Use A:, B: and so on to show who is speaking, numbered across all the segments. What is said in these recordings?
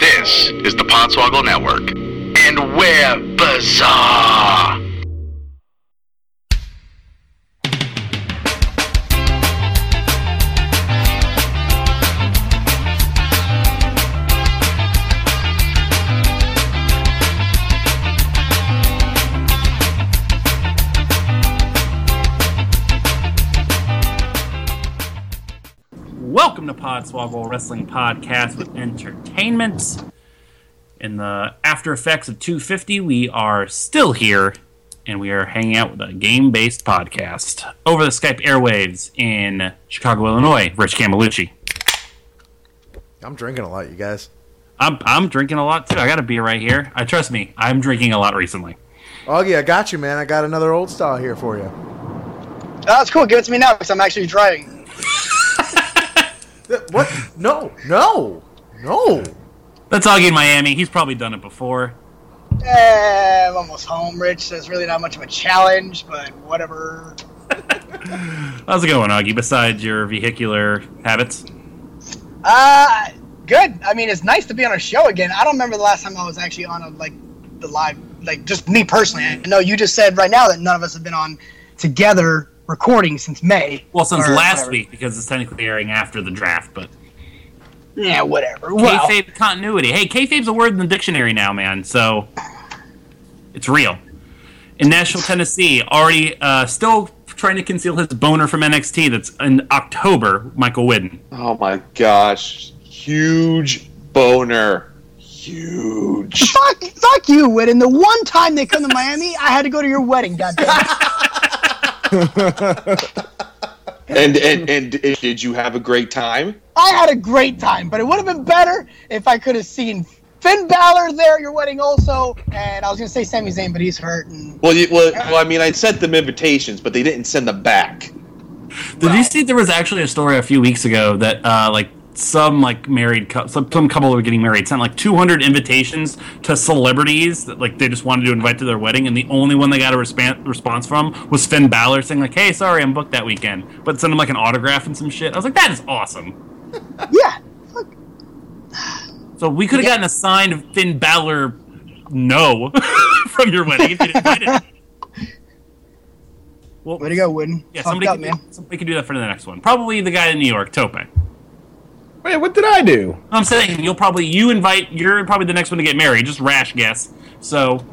A: is the Podswoggle Network. And we're bizarre!
B: Welcome to Podswoggle Wrestling Podcast with Entertainment. In the after effects of 250, we are still here and we are hanging out with a game based podcast over the Skype airwaves in Chicago, Illinois. Rich Camelucci.
C: I'm drinking a lot, you guys.
B: I'm, I'm drinking a lot too. I got a beer right here. I trust me, I'm drinking a lot recently.
C: Augie, I got you, man. I got another old style here for you.
D: That's Oh, cool. Give it to me now because I'm actually driving.
C: Th- What? No, no, no.
B: That's Augie in Miami. He's probably done it before.
D: Eh, I'm almost home, Rich. So it's really not much of a challenge, but whatever.
B: How's it going, Augie, besides your vehicular habits?
D: Uh, good. I mean, it's nice to be on a show again. I don't remember the last time I was actually on a like the live, like just me personally. I know you just said right now that none of us have been on together recording since May.
B: Well, since
D: Or
B: last
D: whatever.
B: week, because it's technically airing after the draft, but
D: Yeah, whatever. Well,
B: kayfabe continuity. Hey, kayfabe's a word in the dictionary now, man. So it's real. In Nashville, Tennessee, already uh, still trying to conceal his boner from NXT. That's in October. Michael Whidden.
E: Oh my gosh. Huge boner. Huge.
D: fuck, fuck you, Whitten. The one time they come to Miami, I had to go to your wedding. Goddamn. it.
E: and, and and and did you have a great time?
D: I had a great time, but it would have been better if I could have seen Finn Balor there at your wedding also. And I was going to say Sami Zayn, but he's hurt. And
E: Well, you, well, well, I mean, I sent them invitations, but they didn't send them back.
B: Did you see there was actually a story a few weeks ago that uh, like some like married cou- some, some couple that were getting married sent like 200 invitations to celebrities that like they just wanted to invite to their wedding and the only one they got a respan response from was Finn Balor saying like hey sorry I'm booked that weekend but sent him like an autograph and some shit I was like that is awesome
D: yeah,
B: so we could have gotten a signed Finn Balor no from your wedding if you didn't invite him. Well,
D: way to go, Wooden.
B: yeah,
D: Fucked
B: somebody,
D: up,
B: could
D: man.
B: do, somebody could do that for the next one. Probably the guy in New York, Tope.
F: Wait, what did I do?
B: I'm saying you'll probably you invite you're probably the next one to get married. Just rash guess. So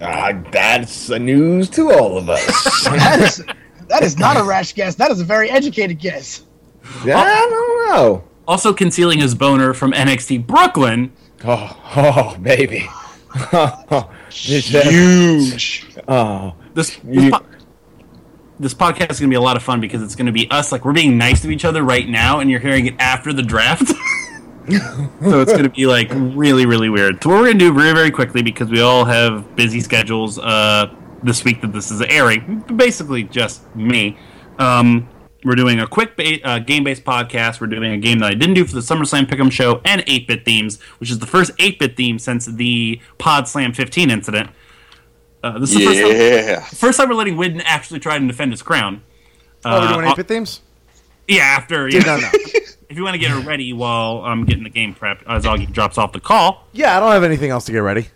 F: Ah, that's a news to all of us. yeah,
D: That is, that is not a rash guess. That is a very educated guess.
F: I don't know.
B: also concealing his boner from NXT Brooklyn.
F: Oh, oh baby. This, uh,
E: Huge.
F: oh,
B: This this,
F: You-
B: po- this podcast is gonna be a lot of fun because it's gonna be us like we're being nice to each other right now, and you're hearing it after the draft. so it's gonna be like really really weird. So what we're gonna do very very quickly because we all have busy schedules. Uh, this week that this is airing, basically just me. Um, we're doing a quick ba- uh, game-based podcast. We're doing a game that I didn't do for the SummerSlam Pick'em Show and 8-Bit Themes, which is the first 8-Bit theme since the Pod Slam 15 incident. Uh, this is the first time-
E: Yeah.
B: First time we're letting Widden actually try and defend his crown.
C: Oh, we're doing
B: Uh,
C: 8 bit themes?
B: Yeah, after.
C: Yeah,
B: Yeah.
C: no, no.
B: If you want to get her ready while I'm getting the game prep, as Augie drops off the call,
C: Yeah, I don't have anything else to get ready.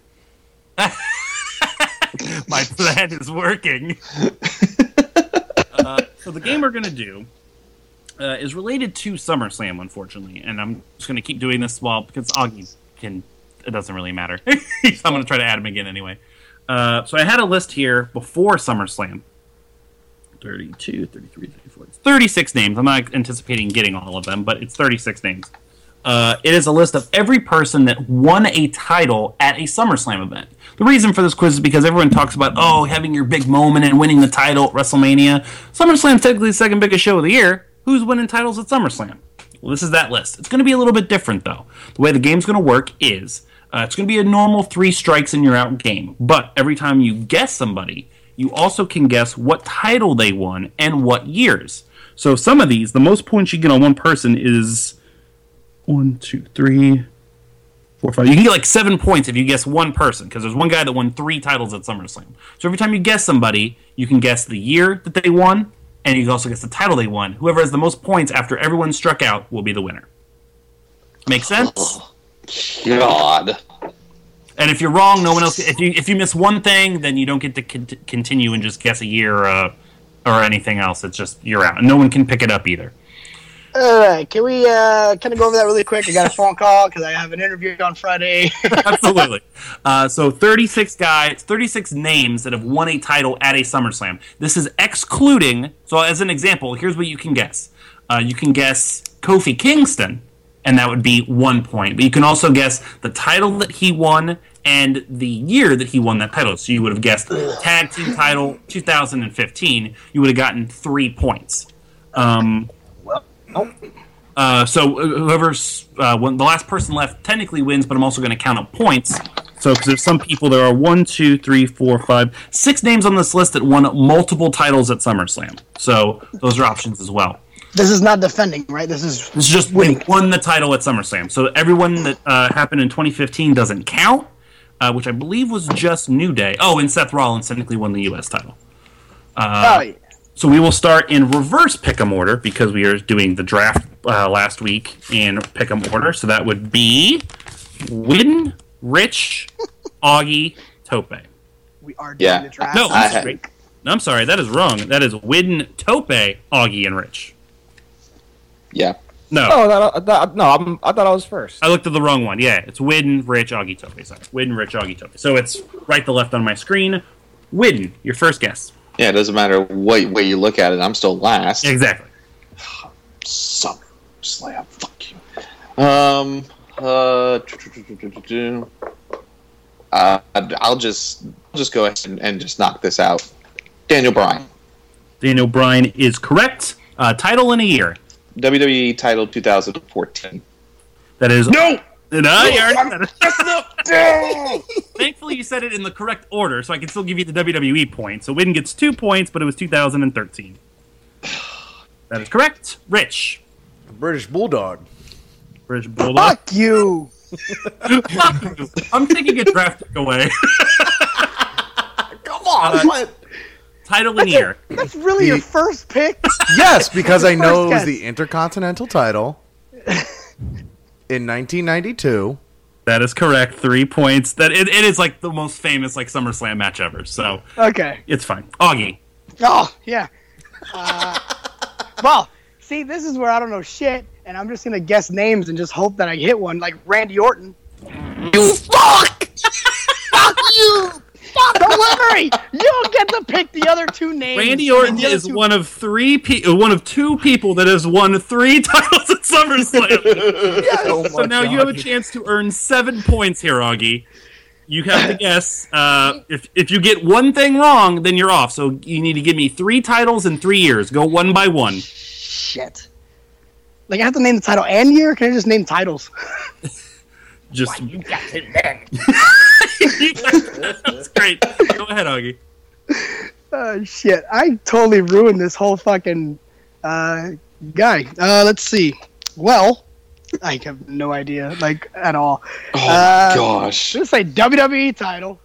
B: my plan is working. uh, so the game we're going to do uh, is related to SummerSlam, unfortunately, and I'm just going to keep doing this while because Augie can. It doesn't really matter. I'm going to try to add him again anyway. Uh, so I had a list here before SummerSlam. 32, 33, 34. It's 36 names. I'm not anticipating getting all of them, but it's 36 names. Uh, it is a list of every person that won a title at a SummerSlam event. The reason for this quiz is because everyone talks about, oh, having your big moment and winning the title at WrestleMania. SummerSlam's technically the second biggest show of the year. Who's winning titles at SummerSlam? Well, this is that list. It's going to be a little bit different, though. The way the game's going to work is uh, it's going to be a normal three strikes and you're out game. But every time you guess somebody, you also can guess what title they won and what years. So some of these, the most points you get on one person is one, two, three, four, five. You can get like seven points if you guess one person, because there's one guy that won three titles at SummerSlam. So every time you guess somebody, you can guess the year that they won, and you can also guess the title they won. Whoever has the most points after everyone struck out will be the winner. Make sense?
E: God.
B: And if you're wrong, no one else. If you if you miss one thing, then you don't get to con- continue and just guess a year uh, or anything else. It's just you're out, and no one can pick it up either.
D: All right, can we uh, kind of go over that really quick? I got a phone call because I have an interview on Friday.
B: Absolutely. Uh, so 36 guys, 36 names that have won a title at a SummerSlam. This is excluding. So as an example, here's what you can guess. Uh, you can guess Kofi Kingston, and that would be one point. But you can also guess the title that he won and the year that he won that title. So you would have guessed tag team title 2015. You would have gotten three points. Um, uh, so uh, whoever's uh, when the last person left technically wins, but I'm also going to count up points. So because there's some people, there are one, two, three, four, five, six names on this list that won multiple titles at SummerSlam. So those are options as well.
D: this is not defending, right? This is
B: It's just they won the title at SummerSlam. So everyone that uh, happened in 2015 doesn't count, uh, which I believe was just New Day. Oh, and Seth Rollins technically won the U.S. title. Uh,
D: oh, yeah.
B: So we will start in reverse pick'em order because we are doing the draft uh, last week in pick'em order. So that would be Win, Rich, Augie, Tope.
D: we are doing
E: Yeah.
D: the draft.
B: No,
E: I
B: I'm
E: had-
B: sorry. I'm sorry. That is wrong. That is Win, Tope, Augie, and Rich.
E: Yeah.
B: No,
F: Oh, that, I thought- no, I'm, I thought I was first.
B: I looked at the wrong one. Yeah, it's Win, Rich, Augie, Tope. Sorry, Win, Rich, Augie, Tope. So it's right to left on my screen. Win, your first guess.
E: Yeah, it doesn't matter what way you look at it. I'm still last.
B: Exactly.
E: Summer slam. Fuck you. Um. Uh. uh, I'll just I'll just go ahead and, and just knock this out. Daniel Bryan,
B: Daniel Bryan is correct. Uh, title in a year.
E: WWE E title 2014.
B: That is
E: No.
B: No, you already said it. Thankfully, you said it in the correct order, so I can still give you the WWE point. So Win gets two points, but it was 2013. That is correct. Rich.
C: British Bulldog.
B: Rich Bulldog.
D: Fuck you.
B: Fuck you. I'm taking a draft away.
C: Come on. what?
B: Title in year.
D: That's really your
C: The-
D: first pick.
C: Yes, because I know it was
D: guess.
C: the Intercontinental title in 1992.
B: That is correct. Three points. That it, it is like the most famous like SummerSlam match ever. So
D: Okay.
B: it's fine. Augie.
D: Oh yeah. Uh, well, see, this is where I don't know shit, and I'm just gonna guess names and just hope that I hit one, like Randy Orton. You fuck! fuck you! Fuck! Don't worry, you'll get to pick the other two names.
B: Randy Orton
D: The other
B: is
D: two-
B: one of three pe- uh, one of two people that has won three titles at SummerSlam.
D: Oh
B: so now you have a chance to earn seven points here, Augie. You have to guess. Uh, if if you get one thing wrong, then you're off. So you need to give me three titles in three years. Go one by one.
D: Shit. Like I have to name the title and year. Can I just name titles?
B: Just you got it then. That's great. Go ahead, Augie.
D: Oh shit! I totally ruined this whole fucking uh, guy. Uh, let's see. Well, I have no idea, like at all.
E: Oh
D: Uh,
E: my gosh.
D: Should say WWE title.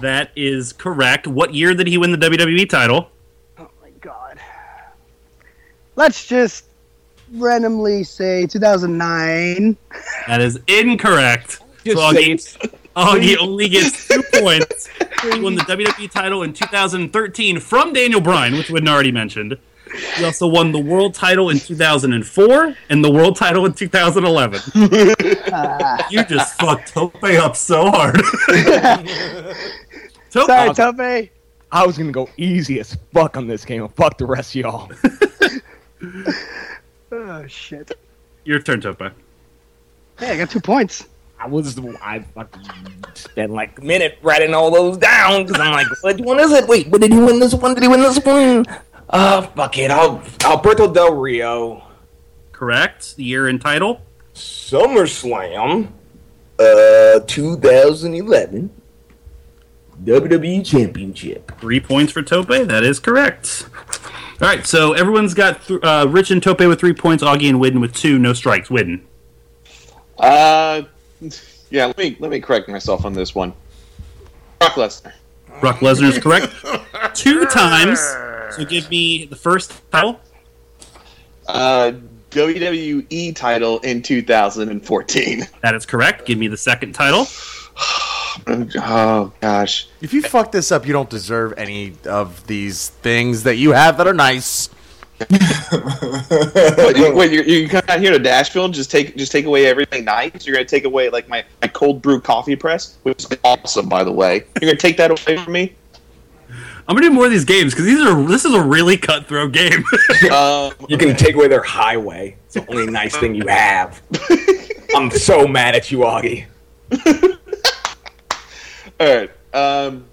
B: That is correct. What year did he win the WWE title?
D: Oh my god. Let's just randomly say 2009.
B: That is incorrect. So
F: Just say
B: Augie, Augie only gets two points. He won the WWE title in 2013 from Daniel Bryan, which Wooden already mentioned. He also won the world title in 2004 and the world title in 2011. you just fucked Tope up so hard. Tope,
D: Sorry, Tope.
F: I was gonna go easy as fuck on this game. and Fuck the rest of y'all.
D: Oh shit.
B: your turn, Tope.
D: Hey, I got two points.
F: I was I fucking spent like a minute writing all those down because I'm like, which one is it? Wait, what did he win this one? Did he win this one? Uh, fuck it. I'll Alberto Del Rio.
B: Correct. The year and title.
F: SummerSlam, uh, 2011 WWE Championship.
B: Three points for Tope. That is correct. All right, so everyone's got th- uh, Rich and Tope with three points, Augie and Widden with two, no strikes. Widden.
E: Uh, yeah. Let me let me correct myself on this one. Brock Lesnar.
B: Brock Lesnar is correct two times. So give me the first title.
E: Uh, WWE title in 2014.
B: That is correct. Give me the second title.
E: Oh gosh,
C: If you fuck this up, you don't deserve any of these things that you have that are nice.
E: What, you, what, you, you come out here to Nashville and just take just take away everything nice. You're gonna take away like my, my cold brew coffee press, which is awesome by the way. You're gonna take that away from me.
B: I'm gonna do more of these games because these are this is a really cutthroat game.
E: Um,
F: You can take away their highway. It's the only nice thing you have. I'm so mad at you, Augie.
E: all right. Um,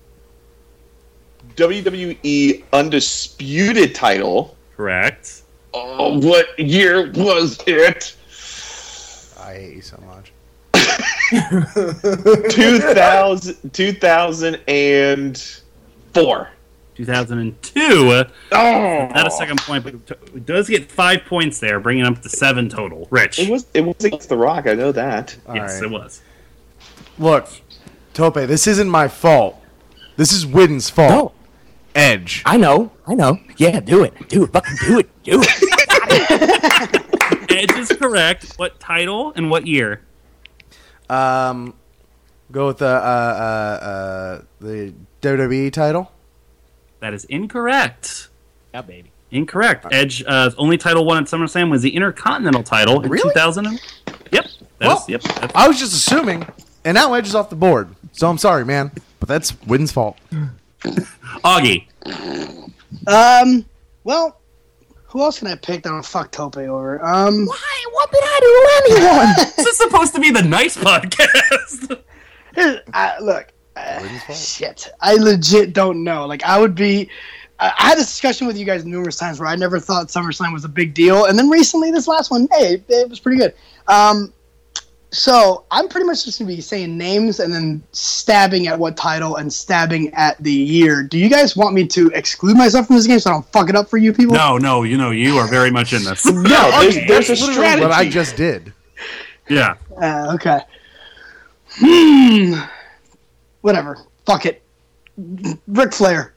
E: WWE undisputed title.
B: correct.
E: Oh, what year was it?
C: I hate you so much.
E: 2000, 2004.
B: 2002.
E: Oh,
B: Not a second point, but it does get five points there, bringing up to seven total. Rich.
E: It was it was against the Rock. I know that.
C: All
B: yes,
C: right.
B: it was.
C: Look, Tope, this isn't my fault. This is Widden's fault. Edge.
F: I know. I know. Yeah, do it. Do it. Fucking do it. Do it.
B: Edge is correct. What title and what year?
C: Um, go with the uh, uh, uh, the WWE title.
B: That is incorrect.
F: yeah, baby.
B: Incorrect. Edge uh, only title won at SummerSlam was the Intercontinental title in
C: Really?
B: 2000. and- Yep. That
C: Well-
B: is- yep. That's,
C: I was just assuming, and now Edge is off the board. So I'm sorry, man, but that's Widden's fault.
B: Augie.
D: Um, well, who else can I pick that I'll fuck Tope over? Um,
F: Why? What did I do? Anyone?
B: this is supposed to be the nice podcast.
D: I, look, uh, shit, I legit don't know. Like, I would be. I I had this discussion with you guys numerous times where I never thought SummerSlam was a big deal, and then recently this last one, hey, it, it was pretty good. Um, so I'm pretty much just gonna be saying names and then stabbing at what title and stabbing at the year. Do you guys want me to exclude myself from this game so I don't fuck it up for you people?
B: no, no, you know, you are very much in this.
E: No, there's,
D: okay,
E: there's a
C: That's literally
E: strategy.
C: what I just did.
B: Yeah.
D: Uh, okay. Hmm. Whatever. Fuck it. Ric Flair.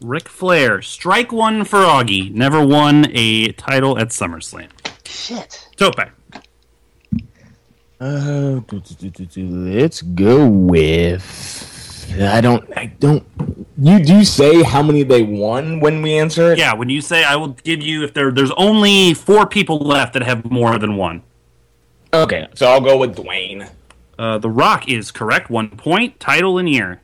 B: Ric Flair, strike one for Augie. Never won a title at SummerSlam.
D: Shit.
B: Tope.
F: Uh, do, do, do, do, let's go with. I don't. I don't. You do say how many they won when we answer it.
B: Yeah, when you say I will give you if there there's only four people left that have more than one.
F: Okay, so I'll go with Dwayne.
B: Uh, the Rock is correct. One point. Title and year.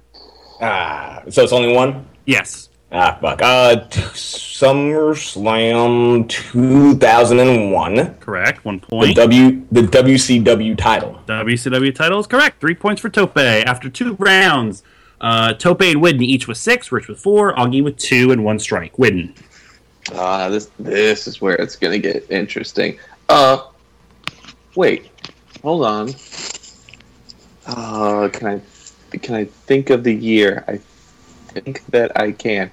F: Ah, so it's only one.
B: Yes.
F: Ah, fuck. Uh, t- SummerSlam 2001.
B: Correct. One
F: The
B: point.
F: W, the WCW title.
B: WCW title is correct. Three points for Tope. After two rounds, uh, Tope and Widden each with six, Rich with four, Augie with two, and one strike. Widden.
E: Ah, this this is where it's gonna get interesting. Uh, wait, hold on. Uh, can I can I think of the year? I think that I can.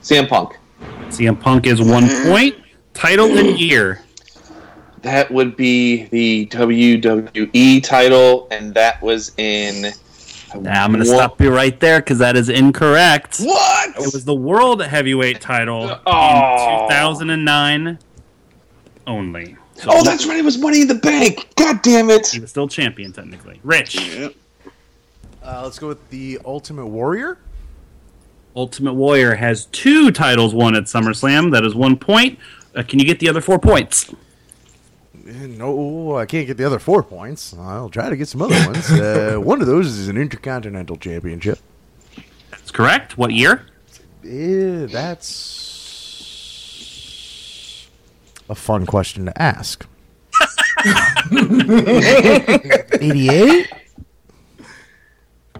E: Sam Punk.
B: CM Punk is one point. Title and year.
E: That would be the WWE title, and that was in.
B: Nah, I'm going to stop you right there because that is incorrect.
E: What?
B: It was the world heavyweight title
E: Oh.
B: in 2009 only. So
E: Oh, that's right. It was Money in the Bank. God damn it.
B: he was still champion technically. Rich,
C: Uh, let's go with the Ultimate Warrior.
B: Ultimate Warrior has two titles won at SummerSlam. That is one point. Uh, can you get the other four points?
C: Eh, No, I can't get the other four points. I'll try to get some other ones. Uh, one of those is an Intercontinental Championship.
B: That's correct. What year?
C: Eh, that's a fun question to ask. 88?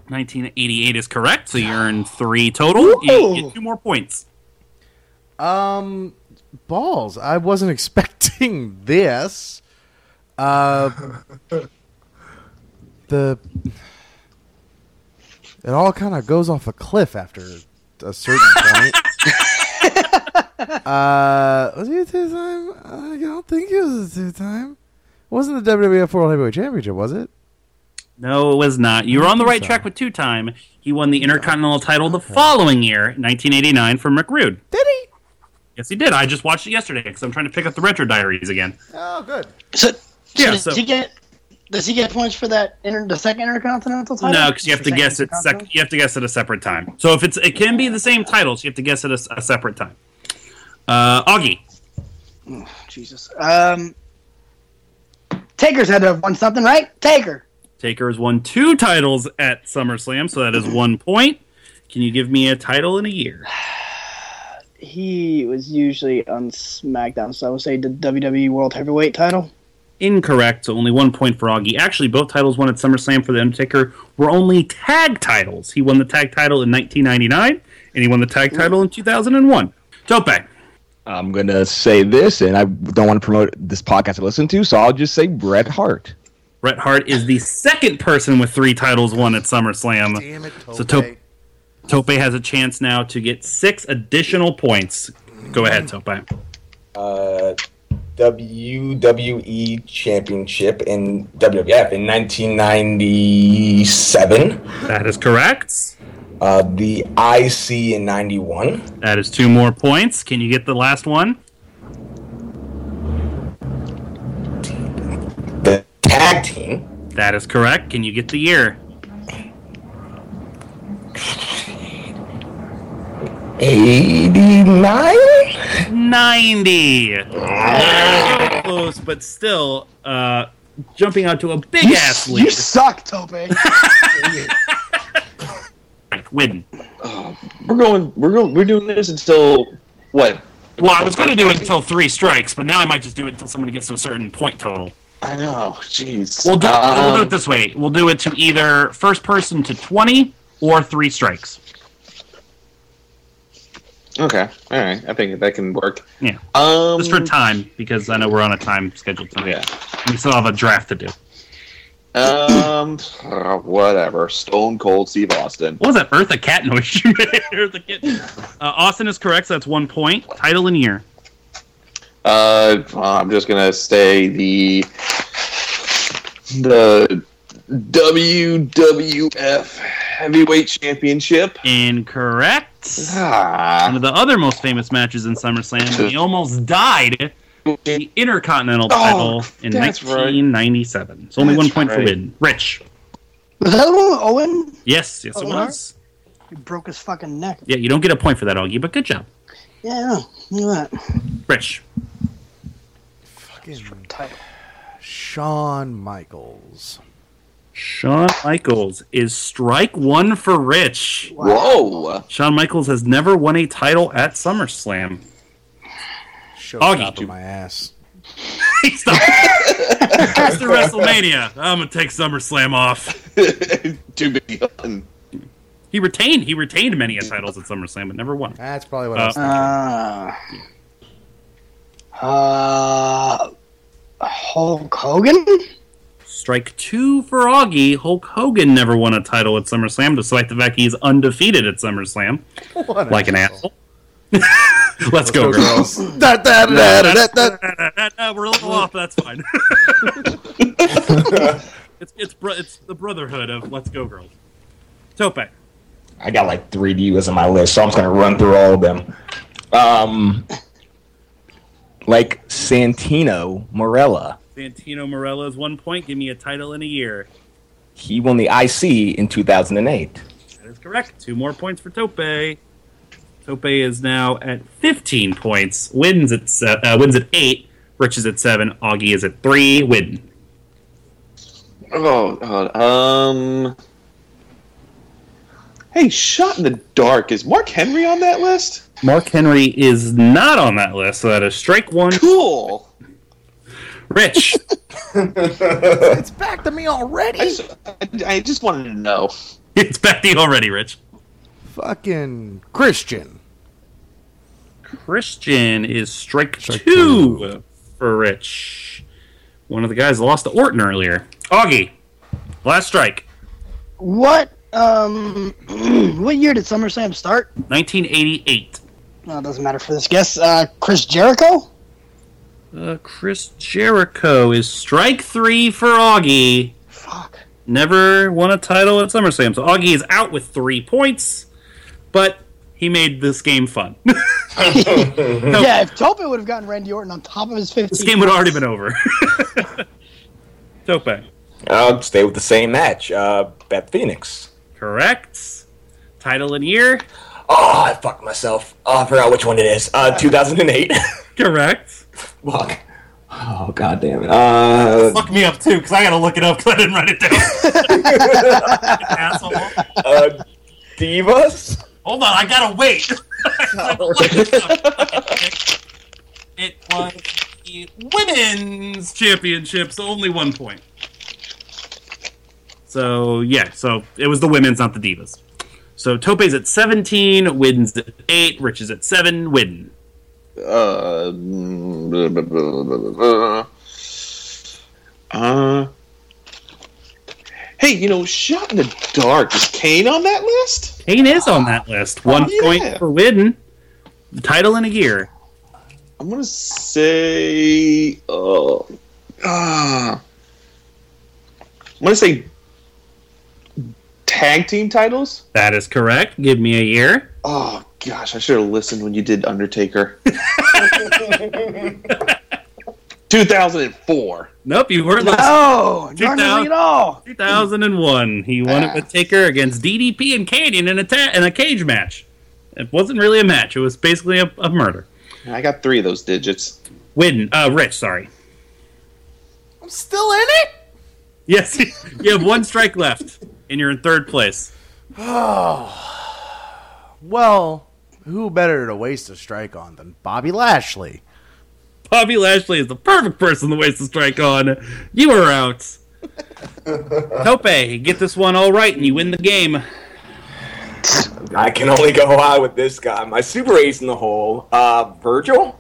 B: 1988 is correct. So you earn three total. You get two more points.
C: Um, balls. I wasn't expecting this. Uh, the it all kind of goes off a cliff after a certain point. uh, was it a two time? I don't think it was a two time. It wasn't the WWF World Heavyweight Championship, was it?
B: No, it was not. You were on the right track with two time. He won the Intercontinental title the following year, 1989, from Rick Rude.
C: Did he?
B: Yes, he did. I just watched it yesterday because I'm trying to pick up the Retro Diaries again.
C: Oh, good.
D: So, so
B: Yeah,
D: does
B: so-
D: he get does he get points for that inter, the second intercontinental title?
B: No, because you have to
D: Second
B: guess it. Sec-
D: Intercontinental?
B: you have to guess at a separate time. So if it's it can be the same titles, you have to guess at a, s- a separate time. Uh, Augie,
D: Jesus. Um, Taker's had to have won something, right? Taker.
B: Taker has won two titles at SummerSlam, so that is one point. Can you give me a title in a year?
D: He was usually on SmackDown, so I would say the WWE World Heavyweight title.
B: Incorrect. So only one point for Augie. Actually, both titles won at SummerSlam for the Undertaker were only tag titles. He won the tag title in 1999, and he won the tag title in 2001. Tope.
G: I'm gonna say this, and I don't want to promote this podcast to listen to, so I'll just say Bret Hart.
B: Bret Hart is the second person with three titles won at SummerSlam.
C: Damn it, Tope.
B: So Tope- Tope has a chance now to get six additional points. Go ahead, Tope.
H: uh, WWE E Championship in WWF in 1997,
B: That is correct.
H: uh, the IC in 91,
B: That is two more points. Can you get the last one?
H: the tag team,
B: That is correct. Can you get the year?
H: 89?
B: 90. Close, but still uh, jumping out to a big ass lead.
G: You suck.
D: Tope.
B: Win.
E: We're going. We're going. We're doing this until what?
B: Well, I was going to do it until three strikes, but now I might just do it until somebody gets to a certain point total.
E: I know. Jeez.
B: We'll do, we'll do
E: Um,
B: it this way. We'll do it to either first person to 20 or three strikes.
E: okay. All right. I think that can work.
B: Yeah.
E: Um.
B: Just for time, because I know we're on a time schedule tonight.
E: Yeah.
B: We still have a draft to do.
E: Um. uh, whatever. Stone Cold Steve Austin.
B: What was that? Eartha Cat noise you made? Eartha Kit. Uh, Austin is correct, so that's one point. Title and year.
E: Uh, I'm just gonna say the the WWF Heavyweight Championship.
B: Incorrect. One
E: Ah,
B: of the other most famous matches in SummerSlam, when he almost died. The Intercontinental title in
E: Oh, that's right.
B: 1997. It's only one
E: That's
B: point for
E: right.
B: win. Rich.
D: Was that one Owen?
B: Yes, yes, it
D: Oh, all right.
B: was.
D: He broke his fucking neck.
B: Yeah, you don't get a point for that, Augie, but good job.
D: Yeah, I know. look at that
B: Rich.
C: Fucking
D: title.
C: Shawn Michaels.
B: Shawn Michaels is strike one for Rich.
E: whoa!
B: Shawn Michaels has never won a title at SummerSlam.
C: Show
B: Augie,
C: top
B: you-
C: of my ass.
B: Stop. After WrestleMania, I'm gonna take SummerSlam off.
E: Too big. and
B: He retained he retained many titles at SummerSlam, but never won.
C: That's probably what
B: Uh,
C: I was thinking.
D: Uh, uh, Hulk Hogan?
B: Strike two for Augie. Hulk Hogan never won a title at SummerSlam, despite the fact he's undefeated at SummerSlam,
C: What
B: like an asshole. Let's go,
C: Go
B: girls.
C: girls. Da, da, da, da, da, da.
B: We're a little off, but that's fine. it's it's bro- it's the brotherhood of Let's Go Girls. Tope.
H: I got like three divas on my list, so I'm just gonna run through all of them. Um, like Santino Morella,
B: Santino Morella is one point. Give me a title in a year.
H: he won the IC in 2008.
B: That is correct. Two more points for Tope. Tope is now at 15 points. Wins at se- uh, wins at eight. Rich is at seven. Augie is at three. Win.
E: oh, God. um. Hey, shot in the dark. Is Mark Henry on that list?
B: Mark Henry is not on that list, so that is strike one.
E: Cool.
B: Rich.
C: It's back to me
E: I
C: already.
E: just, I, I just wanted to know.
B: it's back to you already, Rich.
C: Fucking Christian.
B: Christian is strike,
C: Strike
B: two, for Rich. One of the guys lost to Orton earlier. Augie. Last strike.
D: What, um, what year did SummerSlam start?
B: 1988.
D: No, it doesn't matter for this guess. Uh, Chris Jericho?
B: Uh, Chris Jericho is strike three for Augie.
D: Fuck.
B: Never won a title at SummerSlam. So Augie is out with three points, but he made this game fun.
D: Yeah, if Topa would have gotten Randy Orton on top of his 15,
B: this game would already been over. Tope.
H: I'll Uh, stay with the same match. Uh, Beth Phoenix.
B: Correct. Title and year.
H: Oh, I fucked myself. Oh, I forgot which one it is. Uh, 2008.
B: Correct.
H: Fuck. Oh, god damn it. Uh,
B: Fuck me up too, because I gotta look it up because I didn't write it down. Asshole.
H: uh, Divas?
B: Hold on, I gotta wait. it was the women's championships, only one point. So yeah, so it was the women's, not the divas. So Tope's at seventeen, Wins at eight, Rich is at seven, Widden.
E: Uh, mm, blah, blah, blah, blah, blah, blah. uh, hey, you know, shot in the dark. Is Kane on that list?
B: Kane is on that list. One
E: yeah.
B: point for Widden. The title in a year.
E: I'm gonna say, uh, uh, I'm gonna say tag team titles.
B: That is correct. Give me a year.
E: Oh gosh, I should have listened when you did Undertaker. 2004.
B: Nope, you were last.
D: No, darn it all.
B: 2001. He won it with Taker against DDP and Canyon in a ta- in a cage match. It wasn't really a match. It was basically a, a murder.
E: I got three of those digits.
B: Win, uh, Rich, sorry.
C: I'm still in it.
B: Yes, you have one strike left, and you're in third place.
C: Well, who better to waste a strike on than Bobby Lashley?
B: Bobby Lashley is the perfect person to waste a strike on. You are out. Tope, get this one all right, and you win the game.
H: I can only go high with this guy. My super ace in the hole. Uh, Virgil?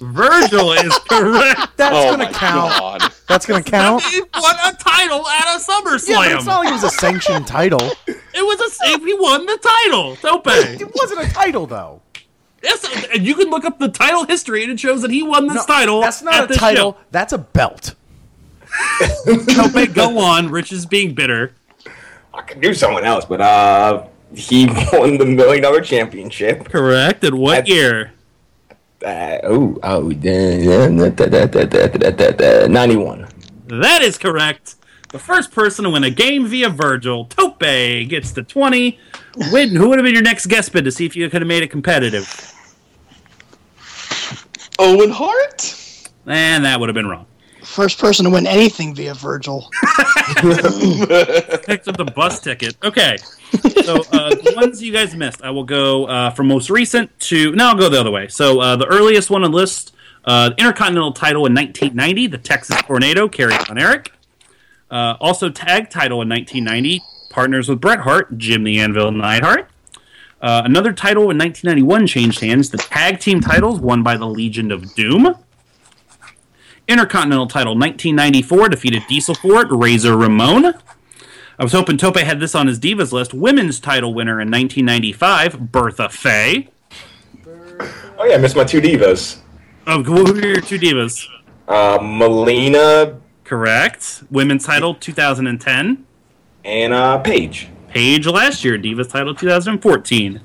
B: Virgil is correct.
C: That's
E: oh
C: gonna
E: my
C: count.
E: god.
C: That's gonna count.
B: He won a title at a
C: Yeah, but it's
B: SummerSlam.
C: not like it was a sanctioned title.
B: it was a save. He won the title. Tope.
C: It wasn't a title though.
B: Yes, and you can look up the title history, and it shows that he won this
C: No,
B: title.
C: That's
B: at
C: not a
B: this
C: title. That's a belt.
B: show. Tope, go on. Rich is being bitter.
H: I could do someone else, but uh, he won the million dollar championship.
B: Correct. And what
H: That's-
B: year?
H: Uh, oh, oh, da- da- da- da- da- da- da- da- da- 91.
B: That is correct. The first person to win a game via Virgil, Tope gets the twenty. Win. Who would have been your next guest bid to see if you could have made it competitive?
E: Owen Hart?
B: And that would have been wrong.
D: First person to win anything via Virgil.
B: picked up the bus ticket. Okay. So uh, the ones you guys missed, I will go uh, from most recent to. No, I'll go the other way. So uh, the earliest one on the list, uh, Intercontinental title in 1990, the Texas Tornado, carried on Eric. Uh, also tag title in 1990, partners with Bret Hart, Jim the Anvil Neidhart. Uh, another title in 1991 changed hands, the tag team titles won by the Legion of Doom. Intercontinental title 1994 defeated Diesel Ford, Razor Ramon. I was hoping Tope had this on his Divas list. Women's title winner in 1995, Bertha Faye.
H: Oh, yeah, I missed my two divas.
B: Oh, who are your two divas?
H: Uh, Melina
B: Correct. Women's title 2010.
H: and uh, Paige.
B: Paige last year, Divas title 2014.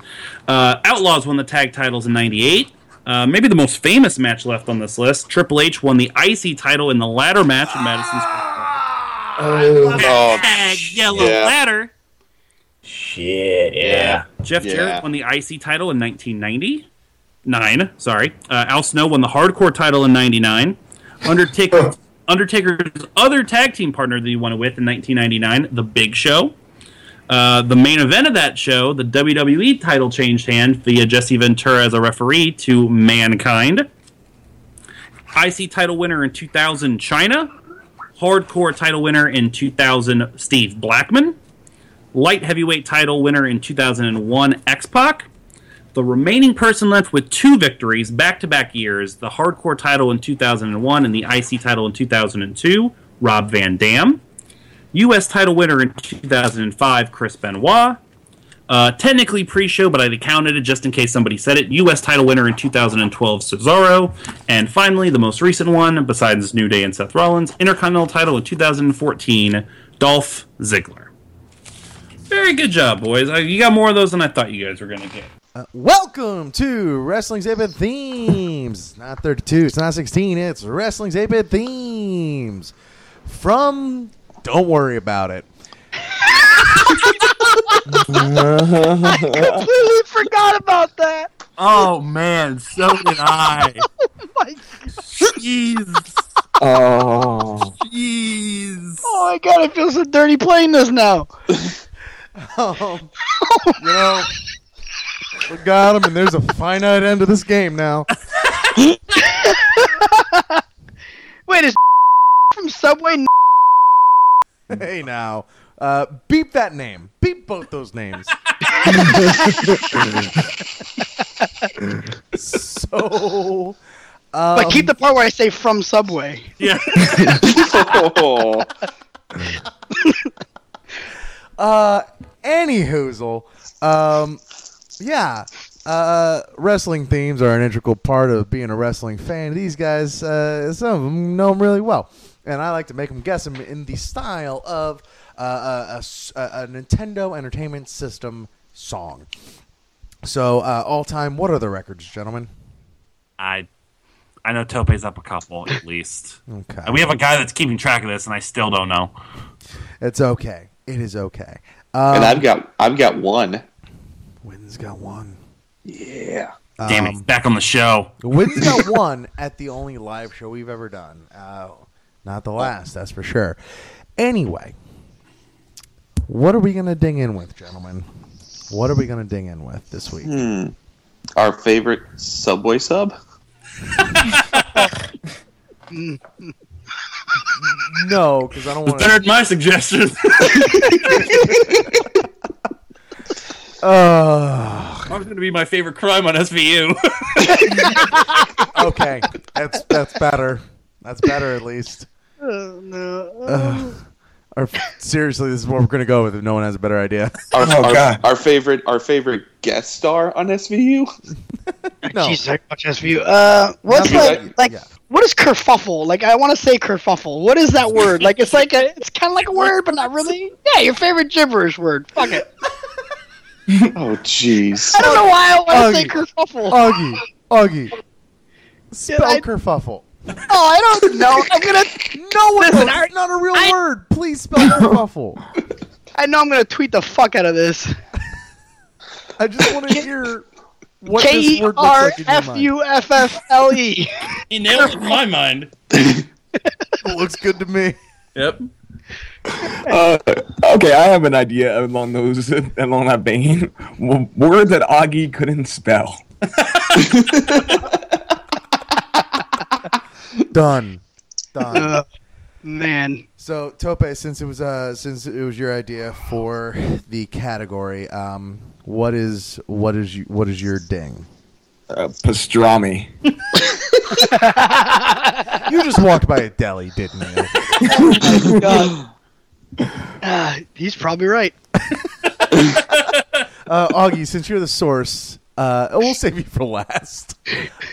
B: Uh, Outlaws won the tag titles in 98. Uh, maybe the most famous match left on this list. Triple H won the IC title in the ladder match in Madison Square
E: Oh,
B: Tag yellow
E: yeah.
B: ladder.
H: Shit, yeah.
E: Yeah.
B: Jeff
E: Yeah.
B: Jarrett won the IC title in 1990. Nine, sorry. Uh, Al Snow won the Hardcore title in 99. Undertaker, Undertaker's other tag team partner that he won it with in 1999, The Big Show. Uh, the main event of that show, the WWE title changed hand via Jesse Ventura as a referee to Mankind. IC title winner in 2000, China. Hardcore title winner in 2000, Steve Blackman light heavyweight title winner in 2001, X Pac. The remaining person left with two victories back to back years the hardcore title in 2001 and the IC title in 2002, Rob Van Dam. U.S. title winner in 2005, Chris Benoit. Uh, technically pre show, but I counted it just in case somebody said it. U.S. title winner in 2012, Cesaro. And finally, the most recent one, besides New Day and Seth Rollins, Intercontinental title in 2014, Dolph Ziggler. Very good job, boys. Uh, You got more of those than I thought you guys were going to get.
C: Uh, welcome to Wrestling's Apid Themes. It's not 32, it's not 16, it's Wrestling's Apid Themes. From Don't Worry About It.
D: completely forgot about that.
B: Oh man, so did I.
D: Like,
B: Jeez,
H: Oh,
B: jeez.
D: oh my god, I feel so dirty playing this now.
C: Um, you know, we got him, and there's a finite end to this game now.
D: Wait, is from Subway? n-
C: Hey, now. Uh, beep that name. Beep both those names. so. Um,
D: But keep the part where I say from Subway.
B: Yeah.
E: oh,
C: Uh, any hoozle. Um, yeah. Uh, wrestling themes are an integral part of being a wrestling fan. These guys, uh, some of them know them really well, and I like to make them guess them in the style of uh, a- a, s- a- a Nintendo Entertainment System song. So, uh, all time, what are the records, gentlemen?
B: I, I know Tope's up a couple at least.
C: Okay,
B: And we have a guy that's keeping track of this, and I still don't know.
C: it's okay. It is okay.
E: and
C: Um,
E: I've got I've got one.
C: Wynn's got one.
E: Yeah.
B: Damn it, he's back on the show.
C: Wynn's got one at the only live show we've ever done. Uh, not the last, that's for sure. Anyway, what are we going to ding in with, gentlemen? What are we going to ding in with this week?
E: Our favorite Subway sub.
C: No, because I don't want to.
B: Third, my suggestion.
C: Uh,
B: That was going to be my favorite crime on SVU.
C: okay, that's that's better. That's better at least.
D: Oh, no.
C: Ugh. Or seriously, this is what we're going to go with. If no one has a better idea,
E: Our,
H: Oh,
E: our,
H: God.
E: our favorite our favorite guest star on SVU.
C: no.
D: Jesus, I watch SVU. Uh, what's
E: Nothing.
D: like, like
C: Yeah.
D: what is kerfuffle? Like, I want to say kerfuffle. What is that word? Like, it's like a, it's kind of like a word, but not really. Yeah, your favorite gibberish word. Fuck it.
E: Oh jeez.
D: I don't know why I want to
C: Oh,
D: say
C: you-
D: kerfuffle.
C: Augie, Augie, spell
D: I-
C: kerfuffle.
D: oh, I don't know. I'm gonna.
C: No, one
D: Listen, I-
C: it's not a real
D: I-
C: word. Please spell kerfuffle.
D: I know I'm gonna tweet the fuck out of this.
C: I just want to hear what
D: K
C: this
D: e
C: word
D: r
C: looks like in your mind.
D: f u E f f l e.
B: he nailed it in my mind.
C: It looks good to me.
B: Yep.
H: uh, okay. I have an idea along those along that vein. W- Word that Augie couldn't spell.
C: Done. Done.
D: Uh, man,
C: So Tope, since it was uh since it was your idea for the category, um, what is what is you, what is your ding?
H: Uh, pastrami.
C: You just walked by a deli, didn't you?
D: uh, he's probably right.
C: Uh, Augie, since you're the source, uh, we'll save you for last.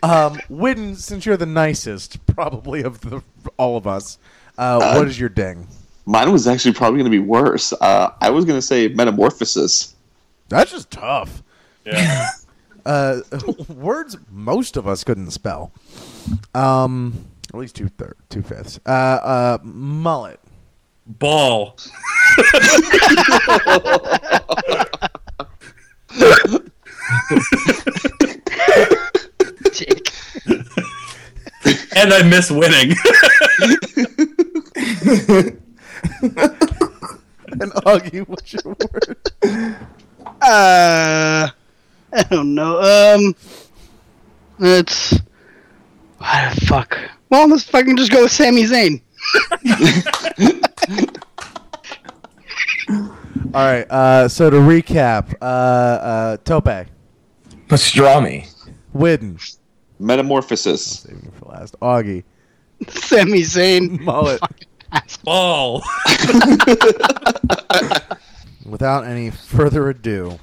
C: Um, Widden, since you're the nicest, probably of the all of us, uh, what is your ding?
E: Mine was actually probably going to be worse. Uh, I was going to say metamorphosis.
C: That's just tough.
B: Yeah.
C: uh, words most of us couldn't spell. Um, at least two third, two fifths. Uh, uh, mullet.
B: Ball.
D: Dick.
B: And I miss winning.
C: And Augie, what's your word?
D: Uh, I don't know. Um, it's what the fuck. Well, let's fucking just go with Sami Zayn.
C: All right. Uh, so to recap, uh, uh, Tope,
H: Pastrami.
C: Widden,
E: Metamorphosis.
C: saving it for last. Augie,
D: Sami Zayn.
C: mullet,
B: Ball.
C: without any further ado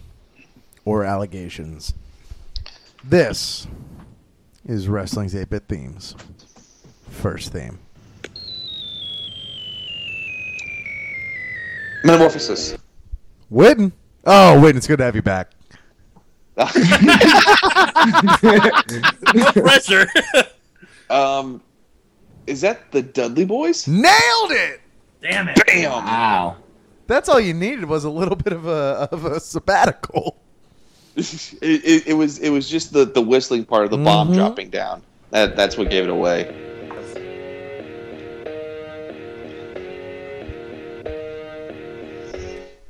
C: or allegations. This is wrestling's 8-bit themes. First theme.
E: Metamorphosis.
C: Witten. Oh, Witten, it's good to have you back.
B: No pressure.
E: um, is that the Dudley Boys?
C: Nailed it.
B: Damn it.
E: Damn.
H: Wow.
C: That's all you needed was a little bit of a of a sabbatical.
E: it, it, it was it was just the, the whistling part of the bomb dropping down. That that's what gave it away.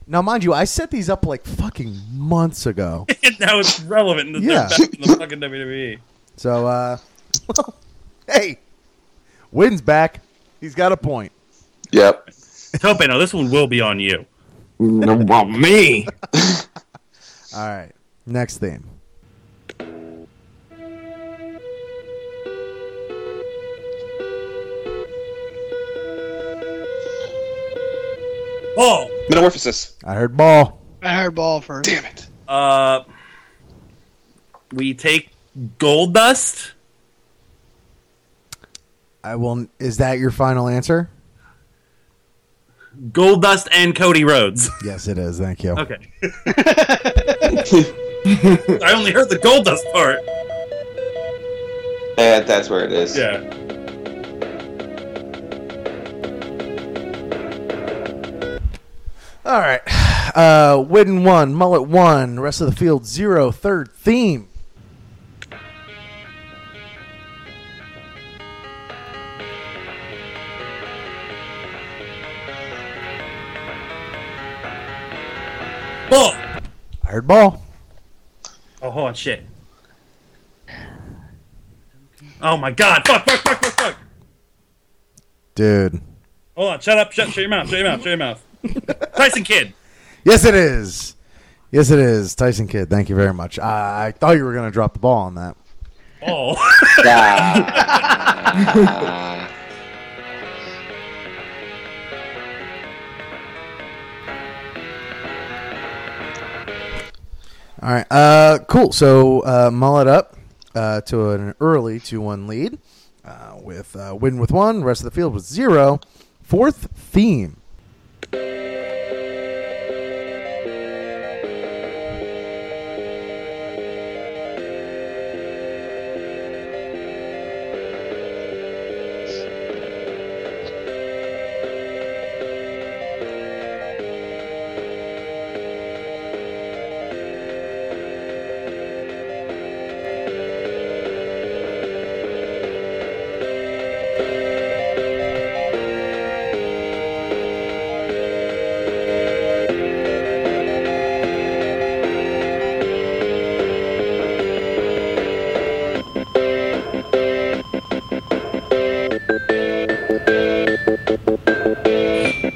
C: Now, mind you, I set these up like fucking months ago.
B: And now it's relevant that
C: Yeah.
B: they're back in the fucking E. WWE.
C: So, uh, hey, Wynn's back. He's got a point.
E: Yep.
B: Tope, no, this one will be on you.
H: no, well, me.
C: All right, next theme.
B: Oh,
E: Metamorphosis.
C: I heard ball.
D: I heard ball first.
E: Damn it.
B: uh, we take gold dust.
C: I will. Is that your final answer?
B: Gold Dust and Cody Rhodes.
C: Yes, it is. Thank you.
B: Okay. I only heard the Gold Dust part.
E: Yeah, that's where it is.
B: Yeah.
C: All right. Uh, Widden one, Mullet one, rest of the field zero. Third theme.
B: Bull.
C: I heard ball.
B: Oh, hold on, shit. Oh my god. Fuck, fuck, fuck, fuck, fuck.
C: Dude.
B: Hold on, shut up, shut, shut your mouth, shut your mouth, shut your mouth. Tyson Kidd.
C: Yes, it is. Yes, it is. Tyson Kidd. Thank you very much. I, I thought you were going to drop the ball on that.
B: Oh.
C: All right. Uh, cool. So uh, mullet up uh, to an early two-one lead uh, with uh, win with one. Rest of the field with zero. Fourth theme.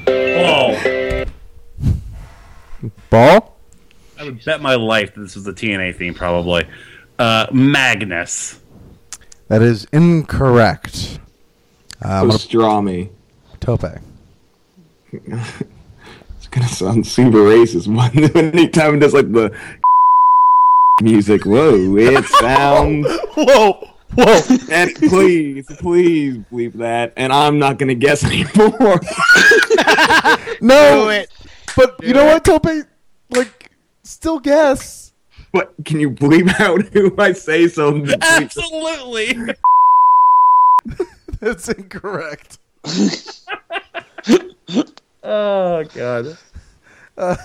B: Oh.
C: Ball.
B: I would bet my life that this was the TNA theme, probably. Uh, Magnus.
C: That is incorrect. Uh, I'm gonna
H: Pastrami.
C: tope.
H: It's gonna sound super racist when anytime it does like the music. Whoa, it sounds.
C: Whoa. Whoa.
H: And please, please bleep that. And I'm not gonna guess anymore.
C: No.
D: Do it.
C: But you know what, Tope? Like, still guess.
H: but can you bleep out who I say so? Bleep-
B: Absolutely.
C: That's incorrect.
B: Oh god.
C: Uh,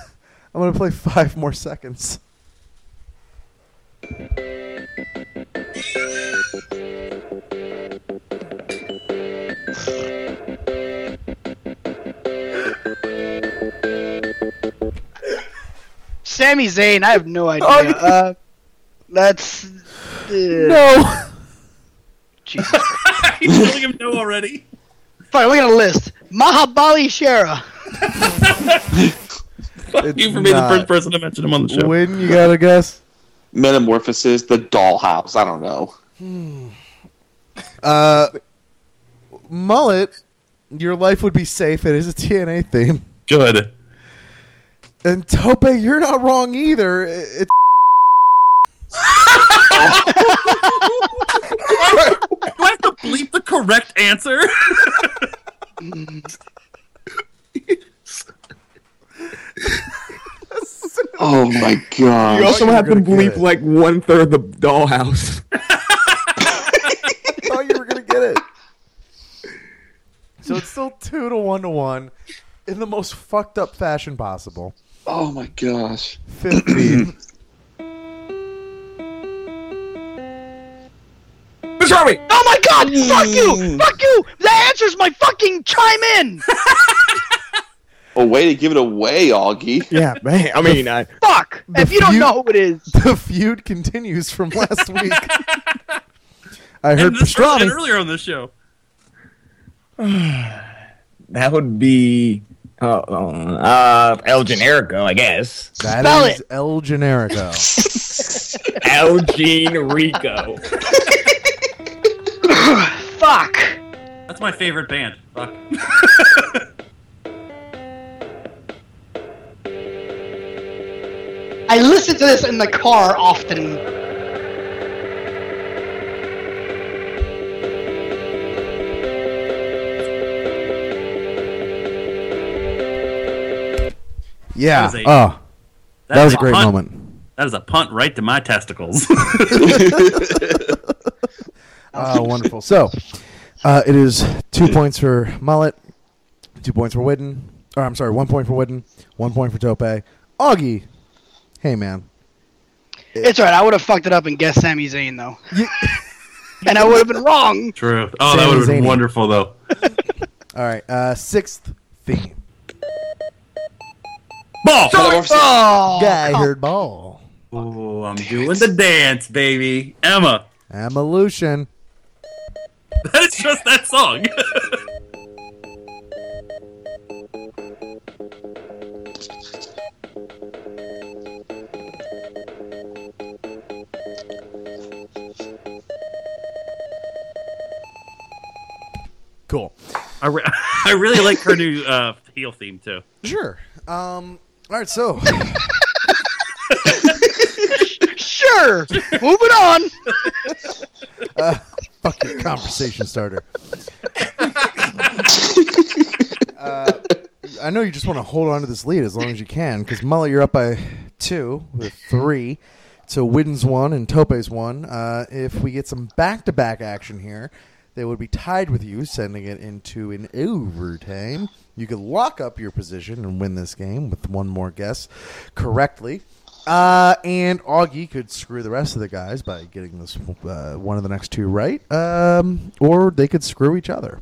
C: I'm gonna play five more seconds.
D: Sami Zayn, I have no idea. uh, that's. Uh,
C: No.
D: Jesus.
B: I'm telling him no already.
D: Fine, look at a list. Mahabali Shara.
B: Fuck you for being
C: not.
B: the first person to mention him on the show.
C: Win. You gotta guess.
E: Metamorphosis, the dollhouse. I don't know.
C: Uh, mullet, your life would be safe. It is a TNA theme.
B: Good.
C: And Tope, you're not wrong either. It- It's
B: Do I have to bleep the correct answer?
E: Oh my god.
H: You also
C: you were
H: have to
C: gonna
H: bleep
C: get it.
H: like one third of the dollhouse.
C: I thought you were gonna get it. So it's still two to one to one, in the most fucked up fashion possible.
E: Oh my gosh.
C: Fifteen.
H: What's wrong with me?
A: Oh my god! Fuck you! Fuck you! That answers my fucking chime in!
E: A way to give it away, Augie.
H: Yeah, man. I mean, I,
A: Fuck! if you don't
C: few-
A: know who it is,
C: the feud continues from last week. I heard
B: And this and
C: pastrami.
B: earlier on this show.
H: that would be uh, uh, El Generico, I guess.
C: That
A: Spell
C: is El Generico.
H: El Generico.
A: fuck!
B: That's my favorite band. Fuck.
D: I listen to this in the car often.
C: Yeah.
B: That was a-
C: Oh,
B: That,
C: that was
B: is
C: a great
B: punt.
C: moment.
B: That is a punt right to my testicles.
C: Oh, wonderful. So, uh, it is two points for Mullet, two points for Widden. Or I'm sorry, one point for Widden, one point for Tope. Augie, hey man,
D: It's alright, I would have fucked it up and guessed Sami Zayn though. and I would have been wrong.
B: True. Oh,
C: Sam
B: that would have been
C: Zaney.
B: wonderful though.
C: All right, uh, sixth theme.
B: Ball.
D: Oh,
C: Guy heard ball.
B: Oh, I'm doing the dance, baby. Emma.
C: Evolution.
B: That is just that song.
C: Cool.
B: I, re- I really like her new uh, heel theme too.
C: Sure. Um. All right. So
D: sure. Moving on.
C: fucking conversation starter. uh, I know you just want to hold on to this lead as long as you can, because Mullet, you're up by two with three. So Widden's one and Tope's one. Uh, if we get some back-to-back action here, they would be tied with you, sending it into an overtime. You could lock up your position and win this game with one more guess correctly. Uh, and Augie could screw the rest of the guys by getting this uh, one of the next two right, um, or they could screw each other.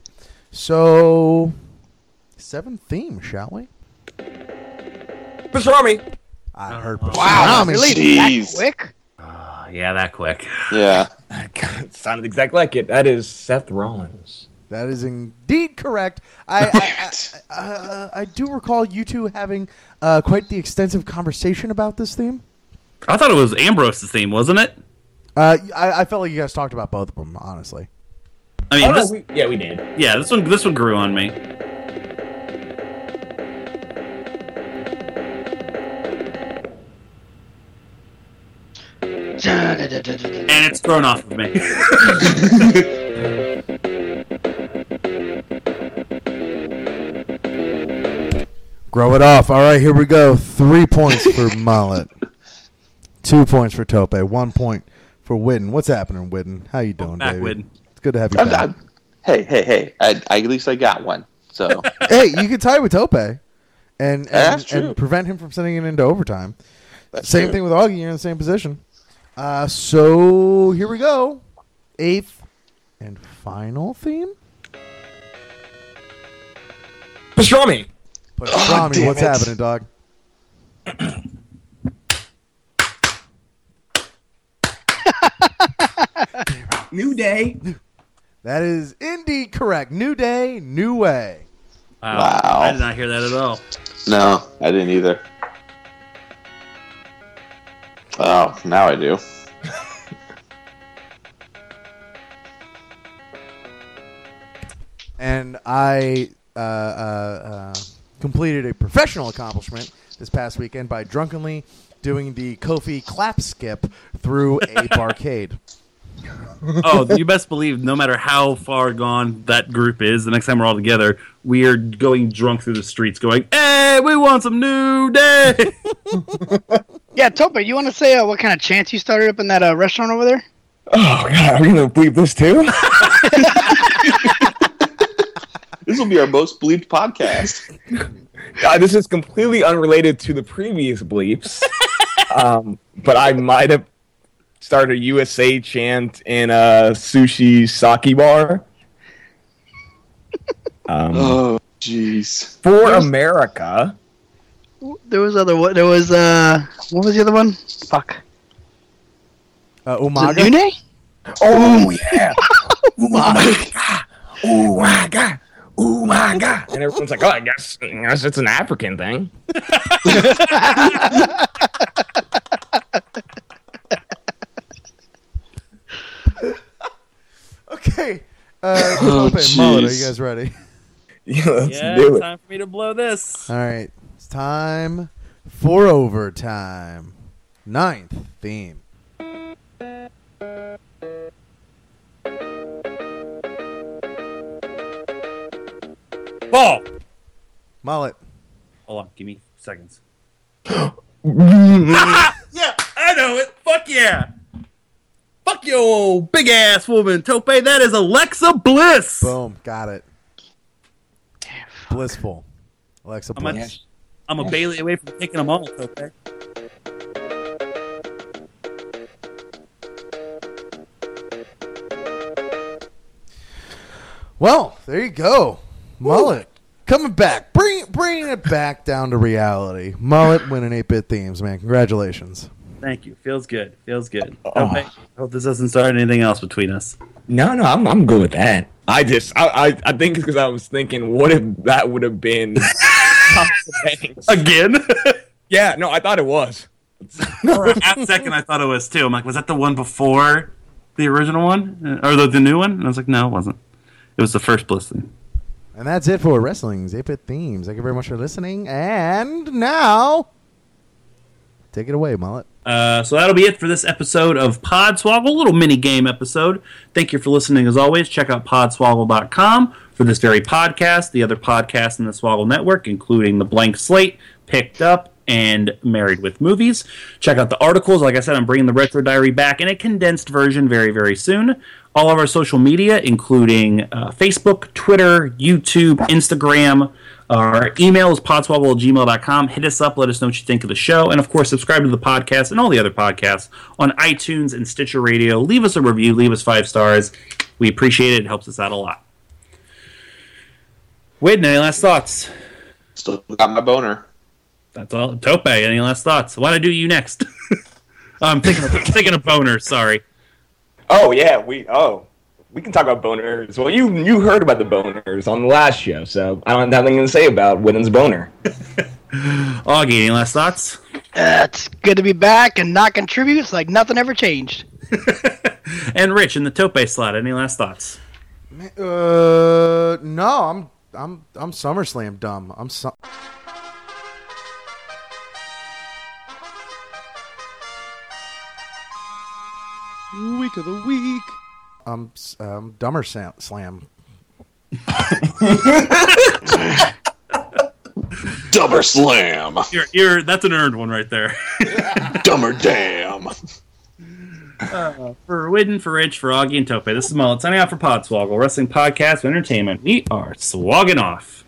C: So, seven theme, shall we?
H: What's wrong with me?
C: I heard.
D: Wow,
C: pastrami.
D: really that
E: Jeez.
D: quick?
B: Uh, yeah, that quick.
E: Yeah.
H: God, sounded exactly like it. That is Seth Rollins.
C: That is indeed correct. I I, I, uh, I do recall you two having uh, quite the extensive conversation about this theme.
B: I thought it was Ambrose's theme, wasn't it?
C: Uh, I, I felt like you guys talked about both of them, honestly.
B: I mean,
H: Oh, no,
B: this,
H: we, yeah, we did.
B: yeah, this one this one grew on me. And it's grown off of me.
C: Grow it off. All right, here we go. Three points for Mullet. Two points for Tope. One point for Widden. What's happening, Widden? How you doing,
B: back,
C: baby?
B: Widden.
C: It's good to have you
E: I'm,
C: back.
E: I'm- hey, hey, hey. I, I, at least I got one. So
C: hey, you can tie with Tope, and and,
E: That's true.
C: and prevent him from sending it into overtime. same
E: true.
C: thing with Augie. You're in the same position. Uh, so here we go. Eighth and final theme.
H: What's wrong with me?
C: But Rami,
E: damn
C: what's
E: it.
C: happening, dog?
F: New day.
C: That is indeed correct. New day, new way.
B: Wow.
E: Wow.
B: I did not hear that at all.
E: no, I didn't either. Oh, now I do.
C: and I uh, uh, uh, completed a professional accomplishment this past weekend by drunkenly doing the Kofi clap skip through a barcade.
B: Oh, you best believe no matter how far gone that group is, the next time we're all together, we are going drunk through the streets going, Hey, we want some new day
D: Yeah, Topa, you want to say uh, what kind of chance you started up in that uh, restaurant over there?
H: Oh god, are we gonna bleep this too?
E: This will be our most bleeped podcast.
H: Uh, this is completely unrelated to the previous bleeps, um, but I might have started a USA chant in a sushi sake bar. Um,
E: Oh, jeez.
H: for America,
D: There was other what? There was uh, what was the other one? Fuck.
C: Uh,
D: Was it
C: Umaga.
D: Nune?
H: Oh yeah. oh my god. Oh my god. Oh my god. And everyone's like, oh, I guess, I guess it's an African thing.
C: Okay. Uh,
E: Oh,
C: Tope and Mullet, are
E: jeez.
C: you guys ready?
H: Yeah, let's
B: Yeah,
H: do it.
B: time for me to blow this.
C: All right. It's time for overtime. Ninth theme.
B: Ball.
C: Mullet.
B: Hold on, give me seconds.
H: Mm,
B: Ah, Yeah, I know it. Fuck yeah. Fuck your old big ass woman, Tope. That is Alexa Bliss.
C: Boom. Got it. Blissful. Alexa
B: I'm a,
C: Bliss.
B: I'm a Bailey away from taking them all, Tope.
C: Well, there you go. Mullet. Coming back. Bring, bringing it back down to reality. Mullet winning 8 bit themes, man. Congratulations.
B: Thank you. Feels good. Feels good. Tope, I hope this doesn't start anything else between us.
H: No, no, I'm, I'm good with that. I just, I, I, I think it's because I was thinking, what if that would have been.
B: Again?
H: yeah, no, I thought it was.
B: For a second, I thought it was too. I'm like, was that the one before the original one? Uh, Or the, the new one? And I was like, no, it wasn't. It was the first Bliss thing.
C: And that's it for Wrestling's 8 bit themes. Thank you very much for listening. And now, take it away, Mullet.
B: Uh, so that'll be it for this episode of Podswoggle, a little mini game episode. Thank you for listening as always. Check out podswoggle.com for this very podcast, the other podcasts in the Swoggle Network, including The Blank Slate, Picked Up, and Married with Movies. Check out the articles. Like I said, I'm bringing the Retro Diary back in a condensed version very, very soon. All of our social media, including uh, Facebook, Twitter, YouTube, Instagram, our email is podswoggle Hit us up. Let us know what you think of the show. And of course, subscribe to the podcast and all the other podcasts on iTunes and Stitcher Radio. Leave us a review. Leave us five stars. We appreciate it. It helps us out a lot. Wade, any last thoughts?
E: Still got my boner.
B: That's all. Tope, any last thoughts? Why do I do you next? I'm thinking of, thinking of boner. Sorry.
H: Oh, yeah, we, oh. We can talk about boners. Well, you you heard about the boners on the last show, so I don't have nothing to say about Witten's boner.
B: Augie, any last thoughts?
D: Uh, it's good to be back and not contribute. It's like nothing ever changed.
B: And Rich in the Tope slot, any last thoughts?
C: Uh, no, I'm I'm I'm SummerSlam dumb. I'm su- week of the week. I'm s- um dumber sam- slam.
E: Dumber slam.
B: You're, you're, that's an earned one right there.
E: Dumber damn.
B: For Widden, for Rich, for Augie, and Tope, this is Mullet signing out for Podswoggle, wrestling podcast of entertainment. We are swogging off.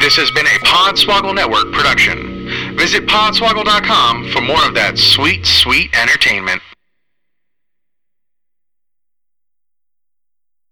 A: This has been a Podswoggle Network production. Visit podswoggle.com for more of that sweet, sweet entertainment.